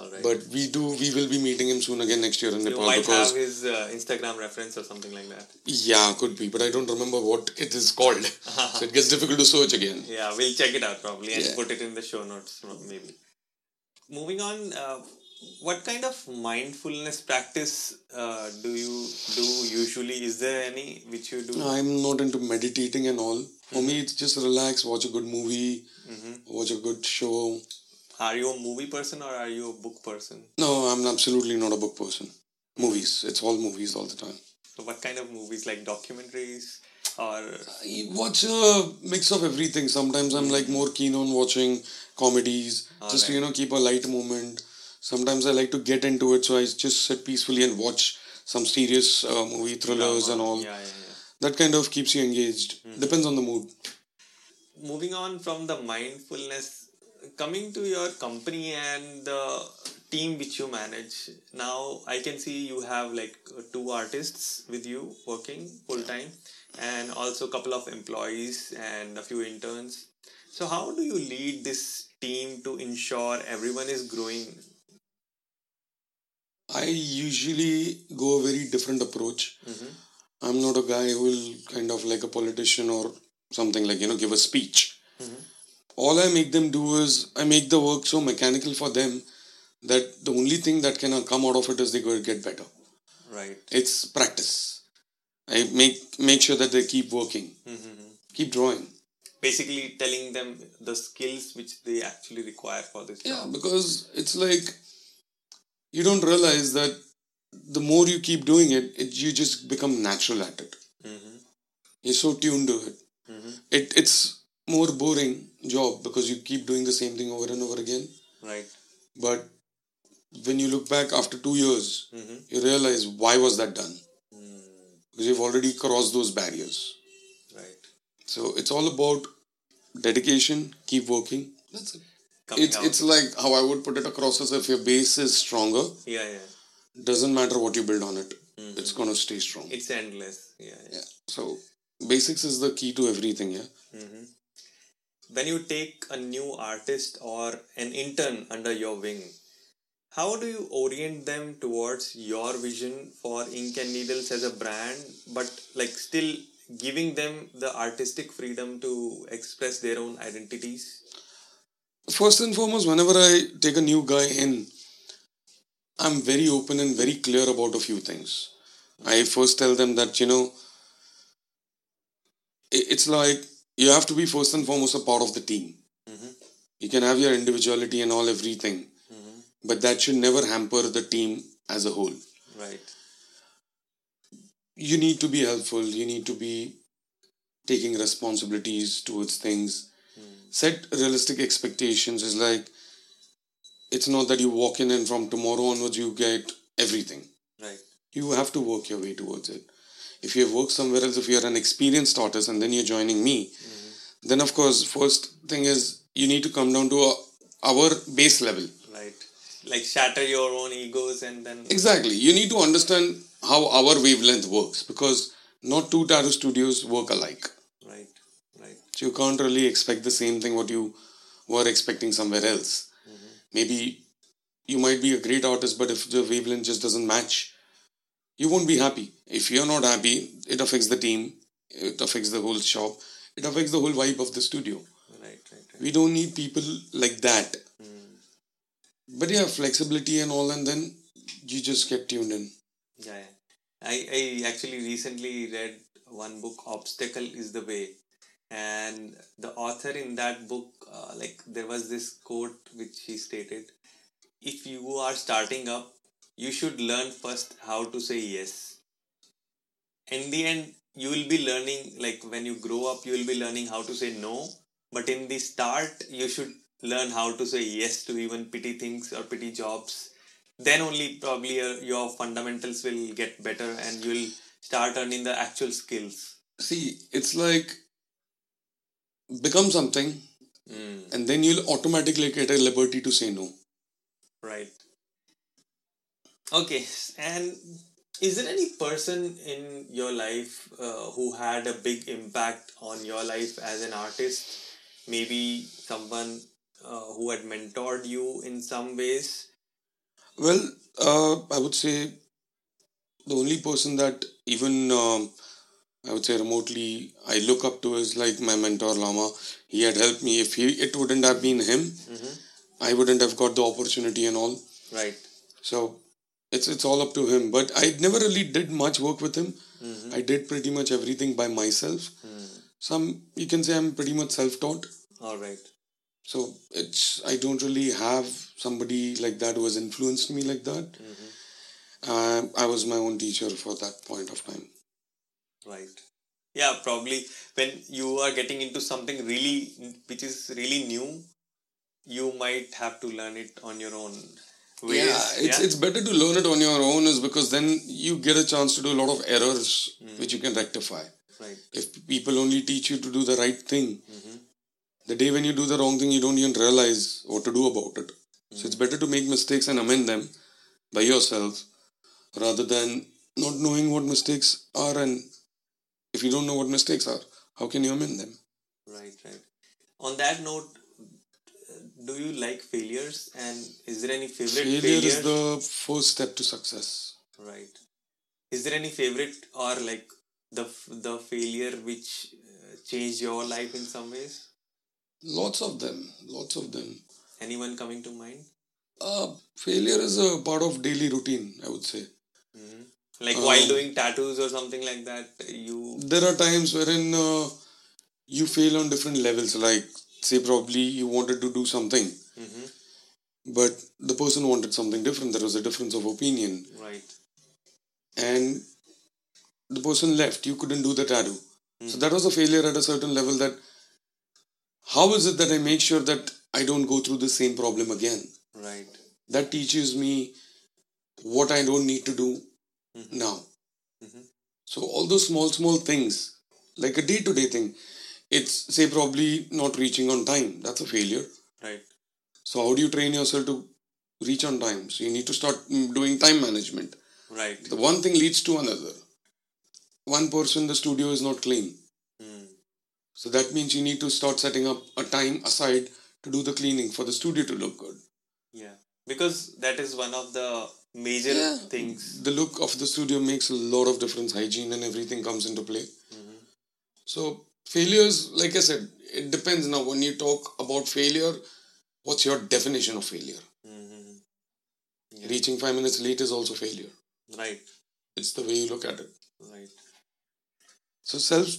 Speaker 4: All right.
Speaker 6: But we do. We will be meeting him soon again next year in
Speaker 4: You
Speaker 6: Nepal
Speaker 4: might
Speaker 6: because
Speaker 4: have his uh, Instagram reference or something like that.
Speaker 6: yeah, could be. But I don't remember what it is called, so it gets difficult to search again.
Speaker 4: Yeah, we'll check it out probably and
Speaker 6: Yeah.
Speaker 4: put it in the show notes m- maybe. Moving on, uh, what kind of mindfulness practice uh, do you do usually? Is there any which you do?
Speaker 6: I'm not into meditating and all. For me, it's just relax, watch a good movie,
Speaker 4: Mm-hmm.
Speaker 6: watch a good show.
Speaker 4: Are you a movie person or are you a book person?
Speaker 6: No, I'm absolutely not a book person. Movies. It's all movies all the time.
Speaker 4: So what kind of movies like documentaries or
Speaker 6: I watch a mix of everything. Sometimes I'm like more keen on watching comedies, just to you know keep a light moment. Sometimes I like to get into it, so I just sit peacefully and watch some serious uh, movie thrillers and all.
Speaker 4: yeah, yeah, yeah.
Speaker 6: That kind of keeps you engaged. Depends on the mood.
Speaker 4: moving on from the mindfulness coming to your company and the team which you manage now i can see you have like uh, two artists with you working full time and also a couple of employees and a few interns so how do you lead this team to ensure everyone is growing
Speaker 6: I usually go a very different approach. I'm not a guy who will kind of like a politician or something like, you know, give a speech. All I make them do is I make the work so mechanical for them that the only thing that can come out of it is they go get better.
Speaker 4: right
Speaker 6: It's practice. I make make sure that they keep working, keep drawing.
Speaker 4: basically telling them the skills which they actually require for this
Speaker 6: Yeah,
Speaker 4: job
Speaker 6: because it's like you don't realize that the more you keep doing it, it you just become natural at it. You're so tuned to it. It it's more boring job because you keep doing the same thing over and over again.
Speaker 4: right
Speaker 6: But when you look back after two years, you realize why was that done? Because you've already crossed those barriers.
Speaker 4: right
Speaker 6: So it's all about dedication. Keep working. That's it
Speaker 4: Coming
Speaker 6: it's
Speaker 4: out.
Speaker 6: it's like how I would put it across is if your base is stronger,
Speaker 4: yeah yeah
Speaker 6: doesn't matter what you build on it, it's gonna stay strong.
Speaker 4: it's endless yeah, yeah.
Speaker 6: yeah. So basics is the key to everything. Yeah.
Speaker 4: when you take a new artist or an intern under your wing how do you orient them towards your vision for ink and needles as a brand but like still giving them the artistic freedom to express their own identities
Speaker 6: First and foremost, whenever I take a new guy in, I'm very open and very clear about a few things. I first tell them that you know, i- it's like you have to be first and foremost a part of the team. You can have your individuality and all everything, but that should never hamper the team as a whole.
Speaker 4: right
Speaker 6: you need to be helpful you need to be taking responsibilities towards things set realistic expectations is like it's not that you walk in and from tomorrow onwards you get everything
Speaker 4: right
Speaker 6: you have to work your way towards it if you have worked somewhere else if you're an experienced artist and then you're joining me then of course first thing is you need to come down to a, our base level
Speaker 4: right like shatter your own egos and then
Speaker 6: Exactly. You need to understand how our wavelength works because not two tattoo studios work alike.
Speaker 4: right right
Speaker 6: So you can't really expect the same thing what you were expecting somewhere else. Maybe you might be a great artist, but if the wavelength just doesn't match, you won't be happy. If you're not happy, it affects the team, it affects the whole shop, it affects the whole vibe of the studio.
Speaker 4: right right right
Speaker 6: We don't need people like that. But yeah, flexibility and all, and then you just get tuned in.
Speaker 4: yeah, yeah. I, I actually recently read one book obstacle is the way and the author in that book uh, like there was this quote which he stated if you are starting up you should learn first how to say yes in the end you will be learning like when you grow up you will be learning how to say no but in the start you should learn how to say yes to even petty things or petty jobs then only probably uh, your fundamentals will get better and you'll start earning the actual skills
Speaker 6: See, it's like become something, and then you'll automatically get a liberty to say no.
Speaker 4: right okay and is there any person in your life uh, who had a big impact on your life as an artist maybe someone uh, who had mentored you in some ways
Speaker 6: Well, uh, I would say the only person that even um I would say remotely I look up to is like my mentor Lama. He had helped me. If he, it wouldn't have been him, I wouldn't have got the opportunity and all.
Speaker 4: right
Speaker 6: So it's it's all up to him. But I never really did much work with him. I did pretty much everything by myself. Some you can say I'm pretty much self-taught.
Speaker 4: all right
Speaker 6: So it's I don't really have somebody like that who has influenced me like that. Uh, I was my own teacher for that point of time.
Speaker 4: Right. Yeah, probably when you are getting into something really which is really new, you might have to learn it on your own. Ways.
Speaker 6: yeah, it's it's better to learn it on your own is because then you get a chance to do a lot of errors which you can rectify.
Speaker 4: Mm. right. Mm-hmm.
Speaker 6: if people only teach you to do the right thing the day when you do the wrong thing you don't even realize what to do about it So
Speaker 4: Mm.
Speaker 6: it's better to make mistakes and amend them by yourself rather than not knowing what mistakes are and if you don't know what mistakes are, how can you amend them?
Speaker 4: Right, right. On that note, do you like failures? And is there any favorite failure?
Speaker 6: Failure is the first step to success.
Speaker 4: Right. Is there any favorite or like the f- the failure which uh, changed your life in some ways?
Speaker 6: Lots of them, lots of them.
Speaker 4: Anyone coming to mind?
Speaker 6: Uh, failure is a part of daily routine, I would say.
Speaker 4: Like while
Speaker 6: Um,
Speaker 4: doing tattoos or something like that, you
Speaker 6: there are times wherein uh, you fail on different levels like say probably you wanted to do something but the person wanted something different there was a difference of opinion
Speaker 4: right,
Speaker 6: and the person left you couldn't do the tattoo so that was a failure at a certain level that how is it that i make sure that i don't go through the same problem again
Speaker 4: right,
Speaker 6: that teaches me what I don't need to do now. So all those small small things, like a day to day thing, it's say probably not reaching on time. That's a failure.
Speaker 4: right,
Speaker 6: So how do you train yourself to reach on time? So you need to start mm, doing time management.
Speaker 4: right,
Speaker 6: The one thing leads to another. One person, the studio is not clean. So that means you need to start setting up a time aside to do the cleaning for the studio to look good.
Speaker 4: yeah. Because that is one of the major
Speaker 6: Yeah.
Speaker 4: things.
Speaker 6: the look of the studio makes a lot of difference hygiene and everything comes into play so failures like i said it depends now when you talk about failure what's your definition of failure reaching five minutes late is also failure
Speaker 4: Right,
Speaker 6: it's the way you look at it
Speaker 4: right.
Speaker 6: so self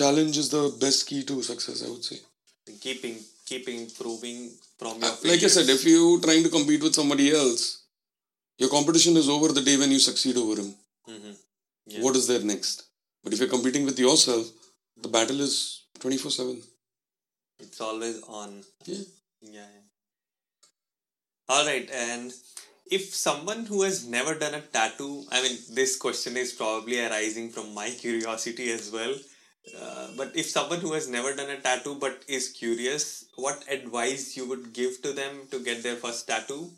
Speaker 6: challenge is the best key to success i would say
Speaker 4: Keeping keep improving from your
Speaker 6: Uh, like i said
Speaker 4: failures.
Speaker 6: if you trying to compete with somebody else your competition is over the day when you succeed over him
Speaker 4: Mm-hmm.
Speaker 6: what is there next but if you're competing with yourself the battle is 24 7
Speaker 4: it's always on.
Speaker 6: yeah
Speaker 4: Yeah. All right, and if someone who has never done a tattoo, I mean, this question is probably arising from my curiosity as well. Uh, but if someone who has never done a tattoo but is curious, what advice you would give to them to get their first tattoo?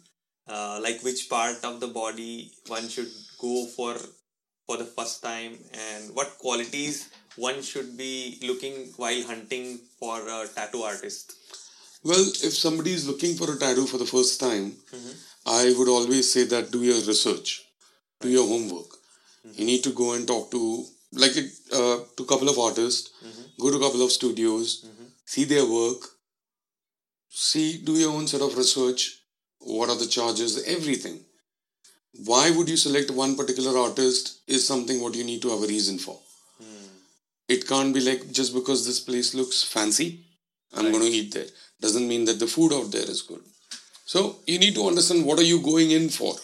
Speaker 4: Uh, like which part of the body one should go for for the first time, and what qualities one should be looking while hunting for a tattoo artist?
Speaker 6: Well, if somebody is looking for a tattoo for the first time, I would always say that do your research, do your homework. You need to go and talk to like it, uh, to couple of artists, go to couple of studios, see their work, see do your own sort of research. What are the charges? Everything. Why would you select one particular artist is something what you need to have a reason for. It can't be like just because this place looks fancy, I'm going to eat there. Doesn't mean that the food out there is good. So you need to understand what are you going in for.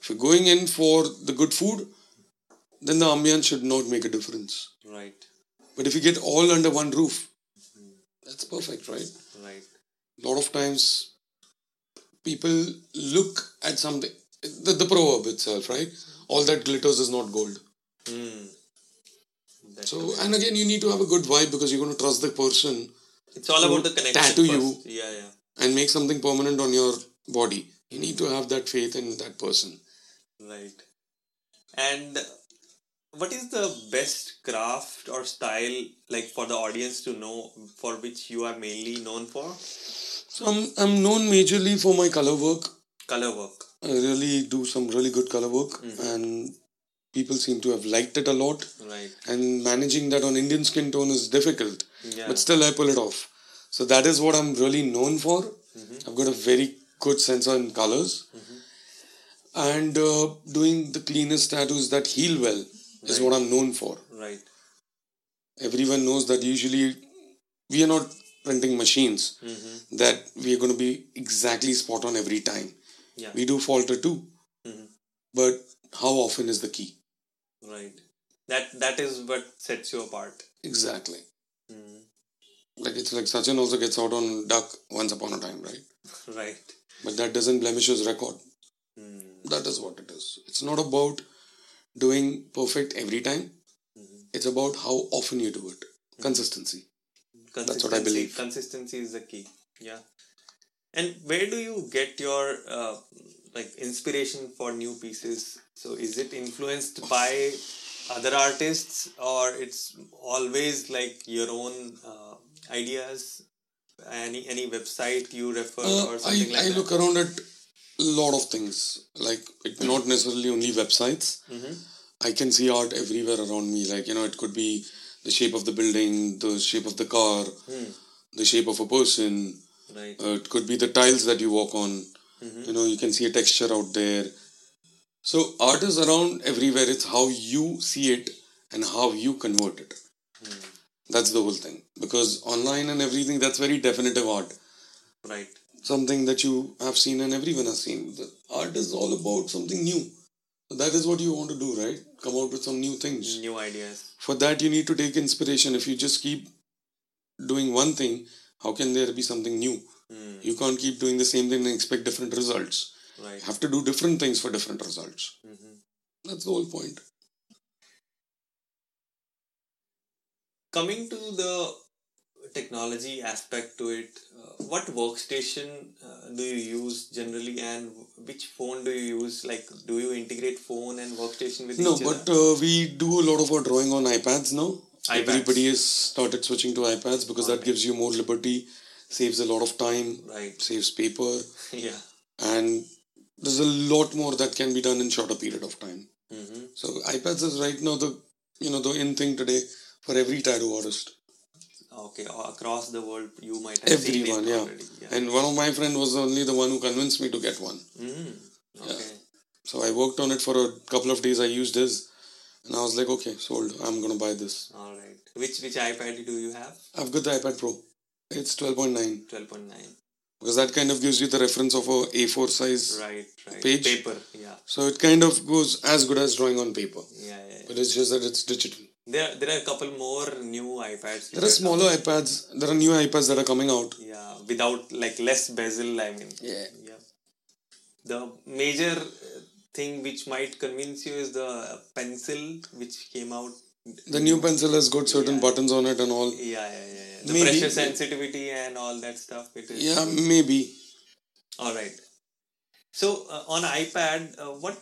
Speaker 6: If you're going in for the good food, then the ambiance should not make a difference.
Speaker 4: Right,
Speaker 6: But if you get all under one roof, that's perfect, right?
Speaker 4: right,
Speaker 6: A lot of times, people look at something. The, the proverb itself, right? All that glitters is not gold. So, and again, you need to have a good vibe because you're going to trust the person
Speaker 4: It's all about the connection.
Speaker 6: tattoo you.
Speaker 4: first. Yeah, yeah.
Speaker 6: and make something permanent on your body. You need to have that faith in that person.
Speaker 4: Right. And what is the best craft or style like for the audience to know for which you are mainly known for?
Speaker 6: So I'm, I'm known majorly for my color work.
Speaker 4: Color work.
Speaker 6: I really do some really good color work, and people seem to have liked it a lot.
Speaker 4: Right.
Speaker 6: And managing that on Indian skin tone is difficult,
Speaker 4: Yeah.
Speaker 6: but still I pull it off. So that is what I'm really known for. I've got a very good sense on colors, and uh, doing the cleanest tattoos that heal well is what I'm known for.
Speaker 4: Right.
Speaker 6: everyone knows that usually we are not printing machines that we are going to be exactly spot on every time.
Speaker 4: Yeah.
Speaker 6: We do falter too, but how often is the key?
Speaker 4: Right. That that is what sets you apart.
Speaker 6: Exactly. Like it's like Sachin also gets out on duck once upon a time, right?
Speaker 4: Right.
Speaker 6: But that doesn't blemish his record. That is what it is. It's not about doing perfect every time. It's about how often you do it. Consistency.
Speaker 4: Consistency.
Speaker 6: what I believe.
Speaker 4: Consistency is the key. Yeah. And where do you get your uh, like inspiration for new pieces? So is it influenced by other artists, or it's always like your own uh, ideas? Any any website you refer or
Speaker 6: Uh, I,
Speaker 4: something like
Speaker 6: I
Speaker 4: that?
Speaker 6: look around at a lot of things like it
Speaker 4: Mm-hmm.
Speaker 6: not necessarily only websites i can see art everywhere around me like you know it could be the shape of the building the shape of the car the shape of a person
Speaker 4: Hmm. right. Mm-hmm.
Speaker 6: uh, it could be the tiles that you walk on you know you can see a texture out there so art is around everywhere it's how you see it and how you convert it
Speaker 4: Hmm.
Speaker 6: that's the whole thing because online and everything that's very definitive art
Speaker 4: right.
Speaker 6: something that you have seen and everyone has seen. The art is all about something new. That is what you want to do, right? Come out with some new things.
Speaker 4: New ideas.
Speaker 6: For that, you need to take inspiration. If you just keep doing one thing, how can there be something new? You can't keep doing the same thing and expect different results.
Speaker 4: Hmm. Right. Mm-hmm.
Speaker 6: You have to do different things for different results. That's the whole point.
Speaker 4: coming to the technology aspect to it uh, what workstation uh, do you use generally and which phone do you use like do you integrate phone and workstation with
Speaker 6: No,
Speaker 4: each
Speaker 6: but
Speaker 4: other
Speaker 6: uh, we do a lot of our drawing on iPads now.
Speaker 4: iPads.
Speaker 6: Everybody has started switching to iPads because that gives you more liberty, saves a lot of time,
Speaker 4: right
Speaker 6: saves paper,
Speaker 4: yeah
Speaker 6: and there's a lot more that can be done in shorter period of time.
Speaker 4: hmm
Speaker 6: So iPads is right now the you know the in thing today for every tattoo artist.
Speaker 4: okay a- across the world you might have
Speaker 6: Everyone,
Speaker 4: seen it
Speaker 6: yeah.
Speaker 4: already yeah
Speaker 6: And one of my friend was only the one who convinced me to get one.
Speaker 4: mm-hmm. okay
Speaker 6: So I worked on it for a couple of days. I used his, and I was like, okay, sold. I'm gonna buy this.
Speaker 4: all right which which ipad do you have
Speaker 6: I've got the iPad Pro. It's twelve point nine
Speaker 4: 12.9
Speaker 6: because that kind of gives you the reference of a A4 size.
Speaker 4: right right
Speaker 6: Page?
Speaker 4: paper yeah
Speaker 6: So it kind of goes as good as drawing on paper,
Speaker 4: yeah, yeah, yeah.
Speaker 6: but it's just that it's digital.
Speaker 4: there there are a couple more new ipads
Speaker 6: There are smaller iPads. There are new iPads that are coming out.
Speaker 4: yeah without like less bezel i mean
Speaker 6: Yeah.
Speaker 4: yeah the major uh, thing which might convince you is the pencil which came out
Speaker 6: The new pencil has got certain buttons on it and all.
Speaker 4: yeah yeah yeah, yeah. the
Speaker 6: Maybe-
Speaker 4: pressure sensitivity and all that stuff it is
Speaker 6: Yeah, maybe.
Speaker 4: all right so uh, on ipad uh, what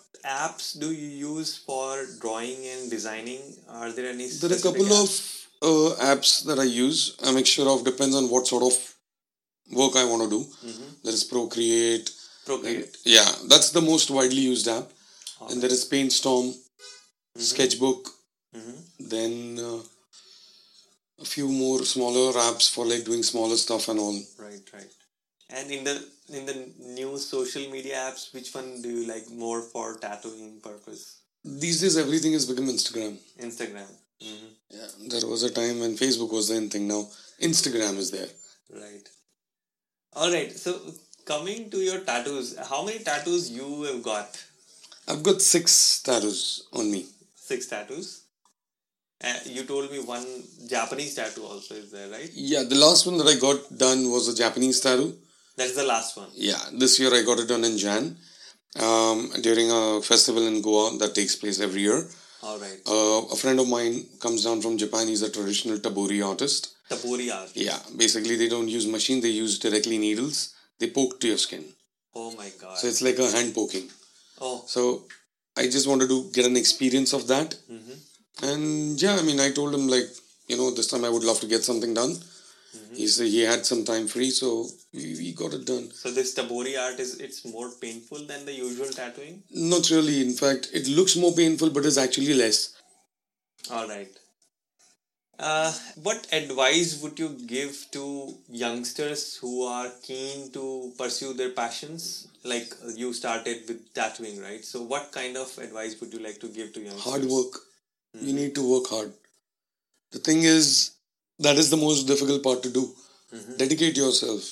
Speaker 4: apps do you use for drawing and designing are there any
Speaker 6: There are a couple of uh, apps that I use. A mixture of depends on what sort of work I want to do. There is Procreate.
Speaker 4: procreate
Speaker 6: Yeah, that's the most widely used app. and there is Paintstorm, Sketchbook. Then uh, a few more smaller apps for like doing smaller stuff and all.
Speaker 4: right right and in the in the new social media apps which one do you like more for tattooing purpose
Speaker 6: These days, everything has become Instagram.
Speaker 4: Instagram.
Speaker 6: Yeah, there was a time when Facebook was the in thing. Now Instagram is there.
Speaker 4: Right. All right. So coming to your tattoos, how many tattoos you have got?
Speaker 6: I've got six tattoos on me.
Speaker 4: Six tattoos. Uh, you told me one Japanese tattoo also is there, right?
Speaker 6: Yeah, the last one that I got done was a Japanese tattoo.
Speaker 4: That's the last one.
Speaker 6: Yeah, this year I got it done in Jan um, during a festival in Goa that takes place every year.
Speaker 4: All right.
Speaker 6: Uh, a friend of mine comes down from Japan. He's a traditional tabori artist.
Speaker 4: Tabori art.
Speaker 6: Yeah, basically they don't use machine. They use directly needles. They poke to your skin,
Speaker 4: Oh my god.
Speaker 6: so it's like a hand poking.
Speaker 4: oh,
Speaker 6: So I just wanted to get an experience of that. And yeah, I mean, I told him like, you know, this time I would love to get something done. He said he had some time free, so we, we got it done.
Speaker 4: so this tabori art is it's more painful than the usual tattooing.
Speaker 6: Not really. In fact, it looks more painful, but it's actually less.
Speaker 4: All right. Uh, what advice would you give to youngsters who are keen to pursue their passions? Like uh, you started with tattooing, right? So, what kind of advice would you like to give to youngsters?
Speaker 6: Hard work. You
Speaker 4: Mm-hmm.
Speaker 6: need to work hard. The thing is, that is the most difficult part to do.
Speaker 4: Mm-hmm.
Speaker 6: Dedicate yourself.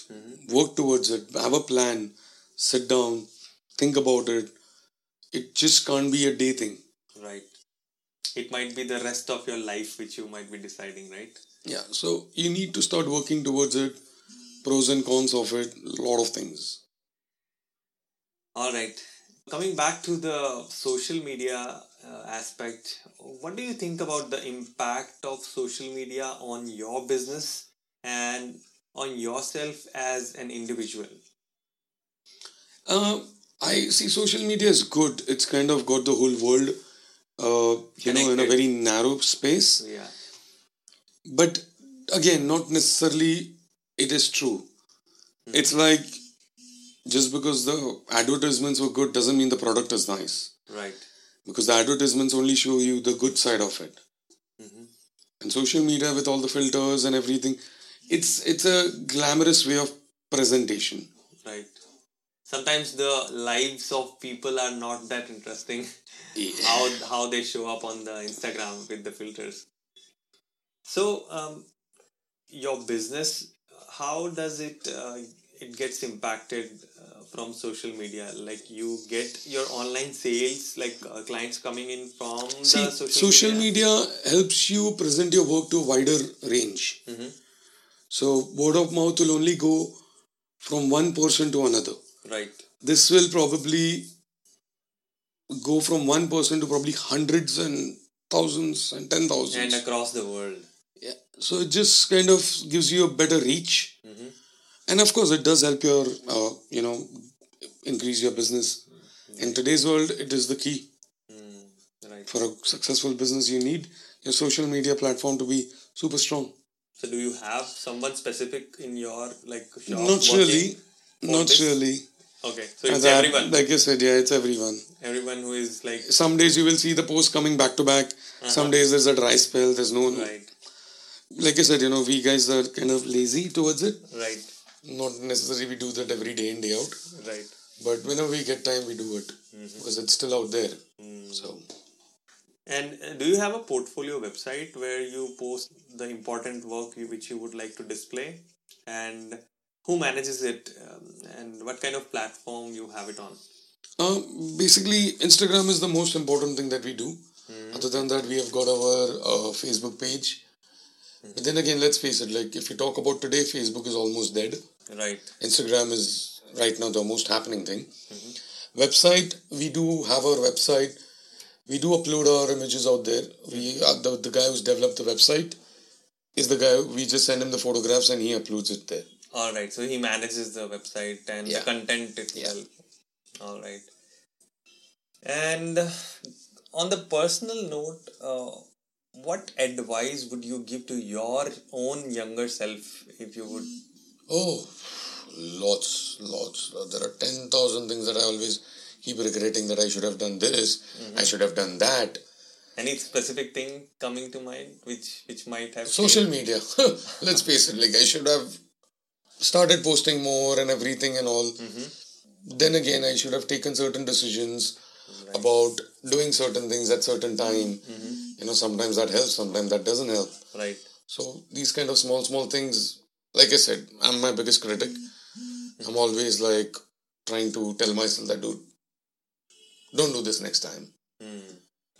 Speaker 6: Work towards it. Have a plan. Sit down. Think about it. It just can't be a day thing.
Speaker 4: Right. It might be the rest of your life which you might be deciding, right?
Speaker 6: Yeah, so you need to start working towards it, pros and cons of it, a lot of things.
Speaker 4: All right. Coming back to the social media uh, aspect, what do you think about the impact of social media on your business and on yourself as an individual?
Speaker 6: Uh, I see social media is good. It's kind of got the whole world, uh, you know, in a
Speaker 4: Connected.
Speaker 6: very narrow space.
Speaker 4: Yeah.
Speaker 6: But again, not necessarily it is true.
Speaker 4: Hmm.
Speaker 6: It's like just because the advertisements were good doesn't mean the product is nice
Speaker 4: Right.
Speaker 6: because the advertisements only show you the good side of it
Speaker 4: Mm-hmm.
Speaker 6: and social media with all the filters and everything it's it's a glamorous way of presentation
Speaker 4: Right. Sometimes the lives of people are not that interesting. how how they show up on the Instagram with the filters. So, um, your business, how does it uh, it gets impacted uh, from social media? Like you get your online sales, like uh, clients coming in from
Speaker 6: See,
Speaker 4: the
Speaker 6: social,
Speaker 4: social, media.
Speaker 6: media. helps you present your work to a wider range.
Speaker 4: Mm-hmm.
Speaker 6: So word of mouth will only go from one person to another.
Speaker 4: Right.
Speaker 6: This will probably go from one person to probably hundreds and thousands and ten
Speaker 4: And
Speaker 6: thousands.
Speaker 4: across the world.
Speaker 6: yeah. So it just kind of gives you a better reach,
Speaker 4: Mm-hmm.
Speaker 6: and of course, it does help your uh, you know increase your business. In today's world, it is the key
Speaker 4: Mm-hmm. Mm, Right.
Speaker 6: for a successful business you need your social media platform to be super strong
Speaker 4: So, do you have someone specific in your like shop?
Speaker 6: not
Speaker 4: working?
Speaker 6: really not
Speaker 4: this?
Speaker 6: really
Speaker 4: Okay. So it's
Speaker 6: As I-
Speaker 4: everyone.
Speaker 6: like i said yeah it's everyone
Speaker 4: everyone who is like
Speaker 6: some days you will see the post coming back to back some days there's a dry spell there's no
Speaker 4: right,
Speaker 6: like i said you know we guys are kind of lazy towards it
Speaker 4: right,
Speaker 6: not necessarily we do that every day in day out
Speaker 4: right.
Speaker 6: but whenever we get time we do it because it's still out there so
Speaker 4: And uh, do you have a portfolio website where you post the important work you, which you would like to display, and who manages it, um, and what kind of platform you have it on?
Speaker 6: Uh, basically, Instagram is the most important thing that we do. Other than that, we have got our uh, Facebook page. But then again, let's face it, like if you talk about today, Facebook is almost dead.
Speaker 4: Right,
Speaker 6: Instagram is right now the most happening thing. Website, we do have our website. We do upload our images out there. We uh, the, the guy who's developed the website is the guy, we just send him the photographs and he uploads it there.
Speaker 4: all right. So he manages the website and
Speaker 6: Yeah.
Speaker 4: the content itself. All right. And uh, on the personal note, uh, what advice would you give to your own younger self if you would?
Speaker 6: Oh, lots, lots. Uh, There are 10,000 things that I always keep regretting that I should have done this, I should have done that.
Speaker 4: Any specific thing coming to mind which which might have
Speaker 6: Social media, let's face it, like I should have started posting more and everything and all. Then again, I should have taken certain decisions about doing certain things at certain time. You know, sometimes that helps, sometimes that doesn't help.
Speaker 4: Right.
Speaker 6: So these kind of small, small things, like I said, I'm my biggest critic. I'm always like trying to tell myself that, dude, don't do this next time.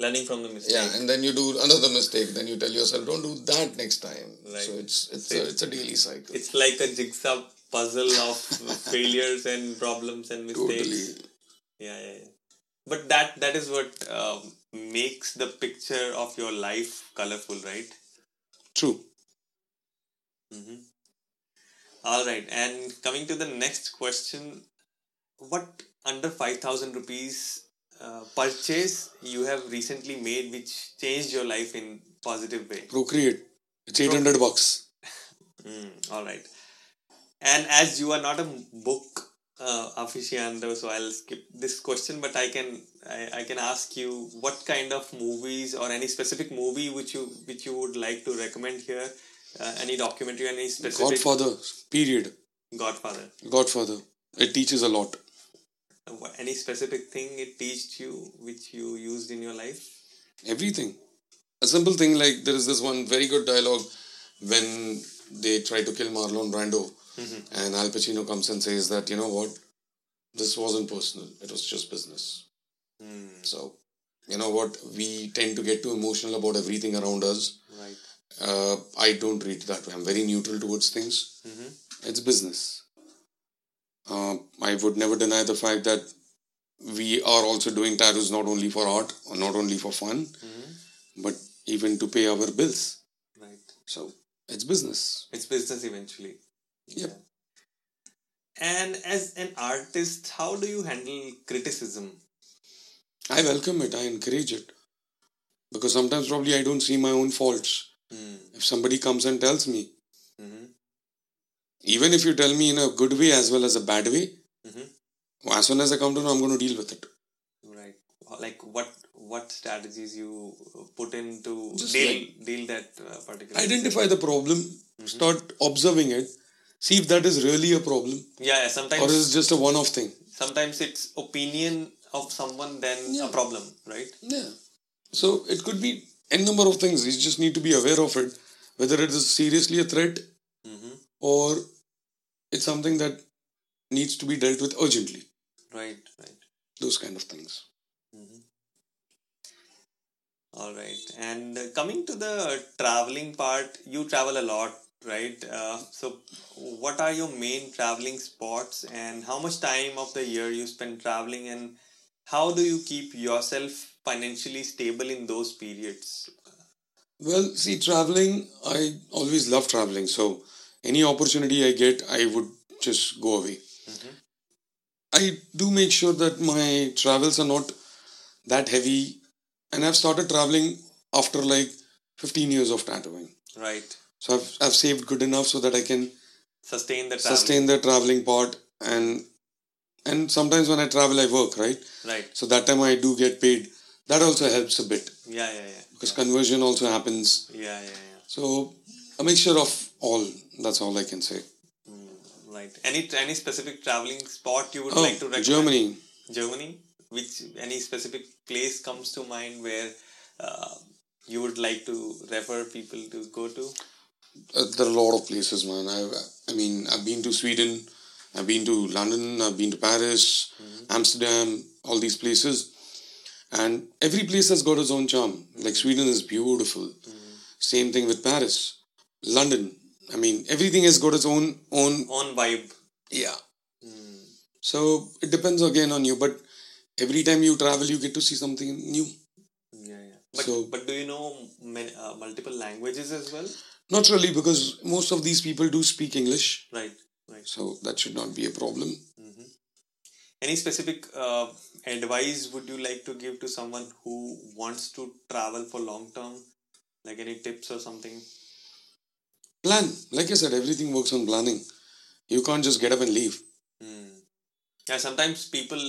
Speaker 4: Learning from the mistake.
Speaker 6: Yeah, and then you do another mistake. Then you tell yourself, don't do that next time.
Speaker 4: Right.
Speaker 6: So it's it's a, it's a daily cycle.
Speaker 4: It's like a jigsaw puzzle of failures and problems and mistakes.
Speaker 6: Totally.
Speaker 4: Yeah, yeah, yeah. But that that is what um, makes the picture of your life colorful, right?
Speaker 6: True.
Speaker 4: All right. And coming to the next question, what under five thousand rupees uh, purchase you have recently made which changed your life in positive way?
Speaker 6: Procreate. It's 800 bucks.
Speaker 4: All right. And as you are not a book uh, aficionado, so I'll skip this question. But I can I, I can ask you what kind of movies or any specific movie which you which you would like to recommend here? Uh, any documentary, any specific
Speaker 6: Godfather. Period.
Speaker 4: Godfather.
Speaker 6: Godfather. It teaches a lot.
Speaker 4: Uh, what- Any specific thing it teached you which you used in your life?
Speaker 6: everything. A simple thing like there is this one very good dialogue when they try to kill Marlon Brando, and Al Pacino comes and says that you know what, this wasn't personal; it was just business. So, you know what, we tend to get too emotional about everything around us.
Speaker 4: Right.
Speaker 6: Uh, I don't read that way. I'm very neutral towards things. It's business. Uh, I would never deny the fact that we are also doing tattoos not only for art or not only for fun, but even to pay our bills.
Speaker 4: Right.
Speaker 6: So it's business.
Speaker 4: It's business eventually.
Speaker 6: Yep.
Speaker 4: And as an artist, how do you handle criticism?
Speaker 6: I welcome it. I encourage it because sometimes probably I don't see my own faults. If somebody comes and tells me, even if you tell me in a good way as well as a bad way, as soon as I come to know, I'm going to deal with it.
Speaker 4: Right. Like what what strategies you put in to
Speaker 6: Just
Speaker 4: deal
Speaker 6: like-
Speaker 4: deal that uh, particular
Speaker 6: Identify the problem, start observing it, see if that is really a problem
Speaker 4: Yeah, yeah,
Speaker 6: or
Speaker 4: sometimes
Speaker 6: is it just a one off thing.
Speaker 4: sometimes it's opinion of someone then a problem, right?
Speaker 6: Yeah. So it could be n number of things. You just need to be aware of it, whether it is seriously a threat or it's something that needs to be dealt with urgently.
Speaker 4: Right, right.
Speaker 6: Those kind of things.
Speaker 4: All right. And uh, coming to the traveling part, you travel a lot, right? Uh, so, what are your main traveling spots, and how much time of the year you spend traveling, and how do you keep yourself financially stable in those periods?
Speaker 6: Well, see, traveling, I always love traveling. So any opportunity I get, I would just go away. I do make sure that my travels are not that heavy. And I've started traveling after like 15 years of tattooing.
Speaker 4: Right.
Speaker 6: So I've, I've saved good enough so that I can
Speaker 4: Sustain the travel.
Speaker 6: sustain the traveling part and and sometimes when I travel I work right
Speaker 4: Right.
Speaker 6: so that time I do get paid that also helps a bit
Speaker 4: Yeah, yeah, yeah.
Speaker 6: because conversion also happens
Speaker 4: Yeah, yeah, yeah.
Speaker 6: so a mixture of all that's all I can say
Speaker 4: Right. Any any specific traveling spot you would
Speaker 6: oh
Speaker 4: like to recommend?
Speaker 6: Germany
Speaker 4: Germany, which any specific place comes to mind where uh, you would like to refer people to go to?
Speaker 6: uh, there are a lot of places man I I mean I've been to Sweden I've been to London I've been to Paris Amsterdam all these places and every place has got its own charm like Sweden is beautiful same thing with Paris London I mean everything has got its own own
Speaker 4: On vibe,
Speaker 6: yeah so it depends again on you but every time you travel you get to see something new
Speaker 4: yeah, yeah. But
Speaker 6: So-
Speaker 4: but do you know many, uh, multiple languages as well?
Speaker 6: not really because most of these people do speak English
Speaker 4: Right, right.
Speaker 6: so that should not be a problem
Speaker 4: Any specific uh, advice would you like to give to someone who wants to travel for long term? Like any tips or something?
Speaker 6: plan like i said everything works on planning you can't just get up and leave
Speaker 4: Yeah, sometimes people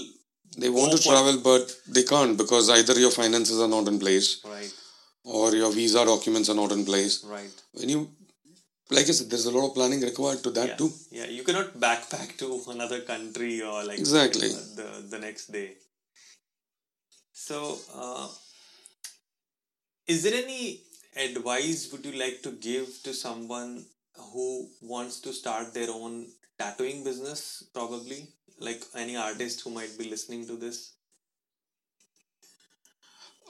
Speaker 6: they want
Speaker 4: Go
Speaker 6: to
Speaker 4: for-
Speaker 6: travel but they can't because either your finances are not in place
Speaker 4: right,
Speaker 6: or your visa documents are not in place
Speaker 4: right.
Speaker 6: when you like i said there's a lot of planning required to that
Speaker 4: yeah.
Speaker 6: too
Speaker 4: Yeah, you cannot backpack to another country or like uh,
Speaker 6: Exactly.
Speaker 4: the the next day. So, uh, is there any advice would you like to give to someone who wants to start their own tattooing business? Probably, like any artist who might be listening to this.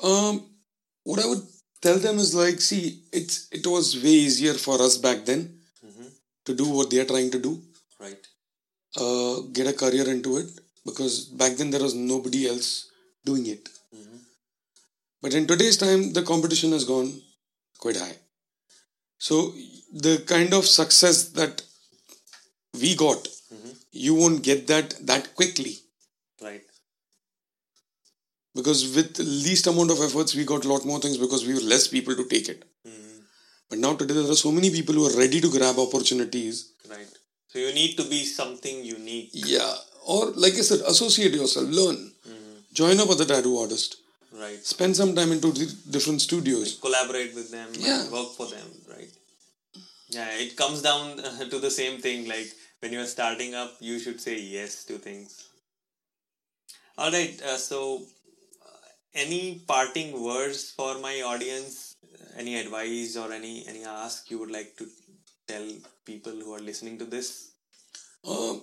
Speaker 6: um what i would tell them is like see it's it was way easier for us back then to do what they are trying to do
Speaker 4: Right.
Speaker 6: uh, get a career into it because back then there was nobody else doing it. But in today's time, the competition has gone quite high. So the kind of success that we got, you won't get that that quickly
Speaker 4: Right.
Speaker 6: because with the least amount of efforts, we got a lot more things because we were less people to take it. But now today, there are so many people who are ready to grab opportunities.
Speaker 4: Right. So you need to be something unique.
Speaker 6: Yeah, or like I said, associate yourself, learn, join up other tattoo artists.
Speaker 4: Right.
Speaker 6: spend some time into the different studios.
Speaker 4: collaborate with them and
Speaker 6: Yeah.
Speaker 4: work for them right yeah it comes down uh, to the same thing like when you are starting up you should say yes to things all right uh, so uh, any parting words for my audience any advice or any any ask you would like to tell people who are listening to this
Speaker 6: Um,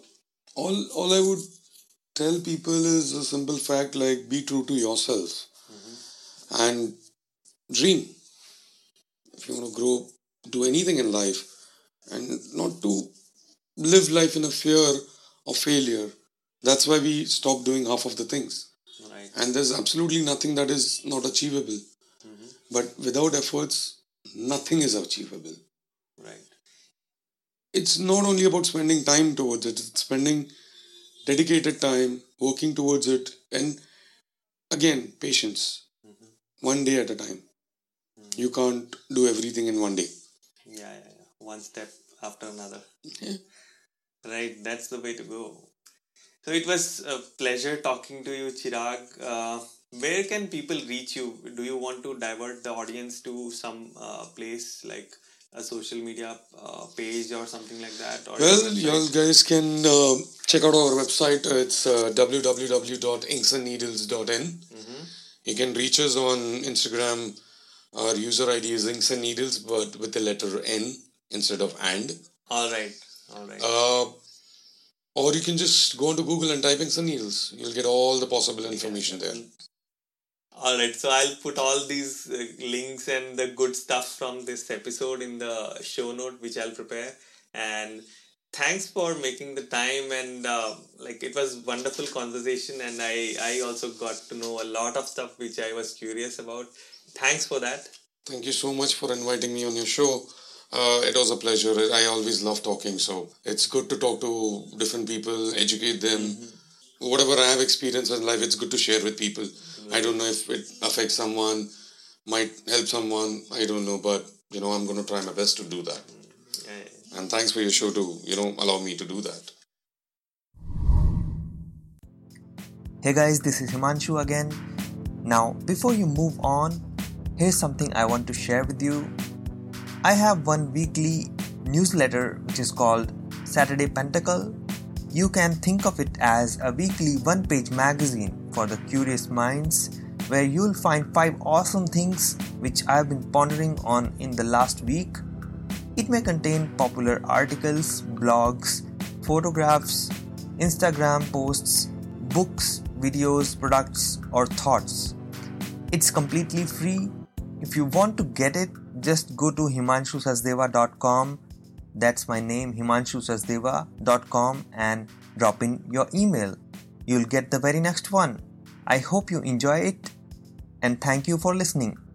Speaker 6: all all I would tell people is a simple fact like be true to yourself and dream. If you want to grow, do anything in life, and not to live life in a fear of failure. That's why we stop doing half of the things.
Speaker 4: right
Speaker 6: And there's absolutely nothing that is not achievable. But without efforts, nothing is achievable.
Speaker 4: right
Speaker 6: it's not only about spending time towards it it's spending dedicated time working towards it and again patience one day at a time you can't do everything in one day
Speaker 4: Yeah, yeah, yeah. One step after another. right, that's the way to go. So it was a pleasure talking to you, Chirag. Uh, where can people reach you? Do you want to divert the audience to some uh, place like a social media uh, page or something like that? Or
Speaker 6: Well,
Speaker 4: your website?
Speaker 6: y'all guys can uh, check out our website. It's uh, www.inksandneedles.in. You can reach us on Instagram. Our user ID is inks and needles, but with the letter N instead of and.
Speaker 4: all right, all right.
Speaker 6: Uh, or you can just go onto Google and type inks and needles. You'll get all the possible information there.
Speaker 4: All right, so I'll put all these uh, links and the good stuff from this episode in the show note, which I'll prepare. And thanks for making the time. And uh, like, it was wonderful conversation, and I I also got to know a lot of stuff which I was curious about. Thanks for that.
Speaker 6: Thank you so much for inviting me on your show. Uh, it was a pleasure. I always love talking, so it's good to talk to different people, educate them. Whatever I have experienced in life, it's good to share with people. I don't know if it affects someone, might help someone. I don't know, but you know, I'm going to try my best to do that.
Speaker 4: Yeah,
Speaker 6: And thanks for your show to you know allow me to do that.
Speaker 1: Hey guys, this is Himanshu again. Now, before you move on, here's something I want to share with you. I have one weekly newsletter which is called Saturday Pentacle. You can think of it as a weekly one page magazine for the curious minds where you'll find five awesome things which I've been pondering on in the last week. It may contain popular articles, blogs, photographs, Instagram posts, books, videos, products, or thoughts. It's completely free. If you want to get it, just go to himanshusasdeva.com. That's my name, himanshusasdeva.com, and drop in your email. You'll get the very next one. I hope you enjoy it, and thank you for listening.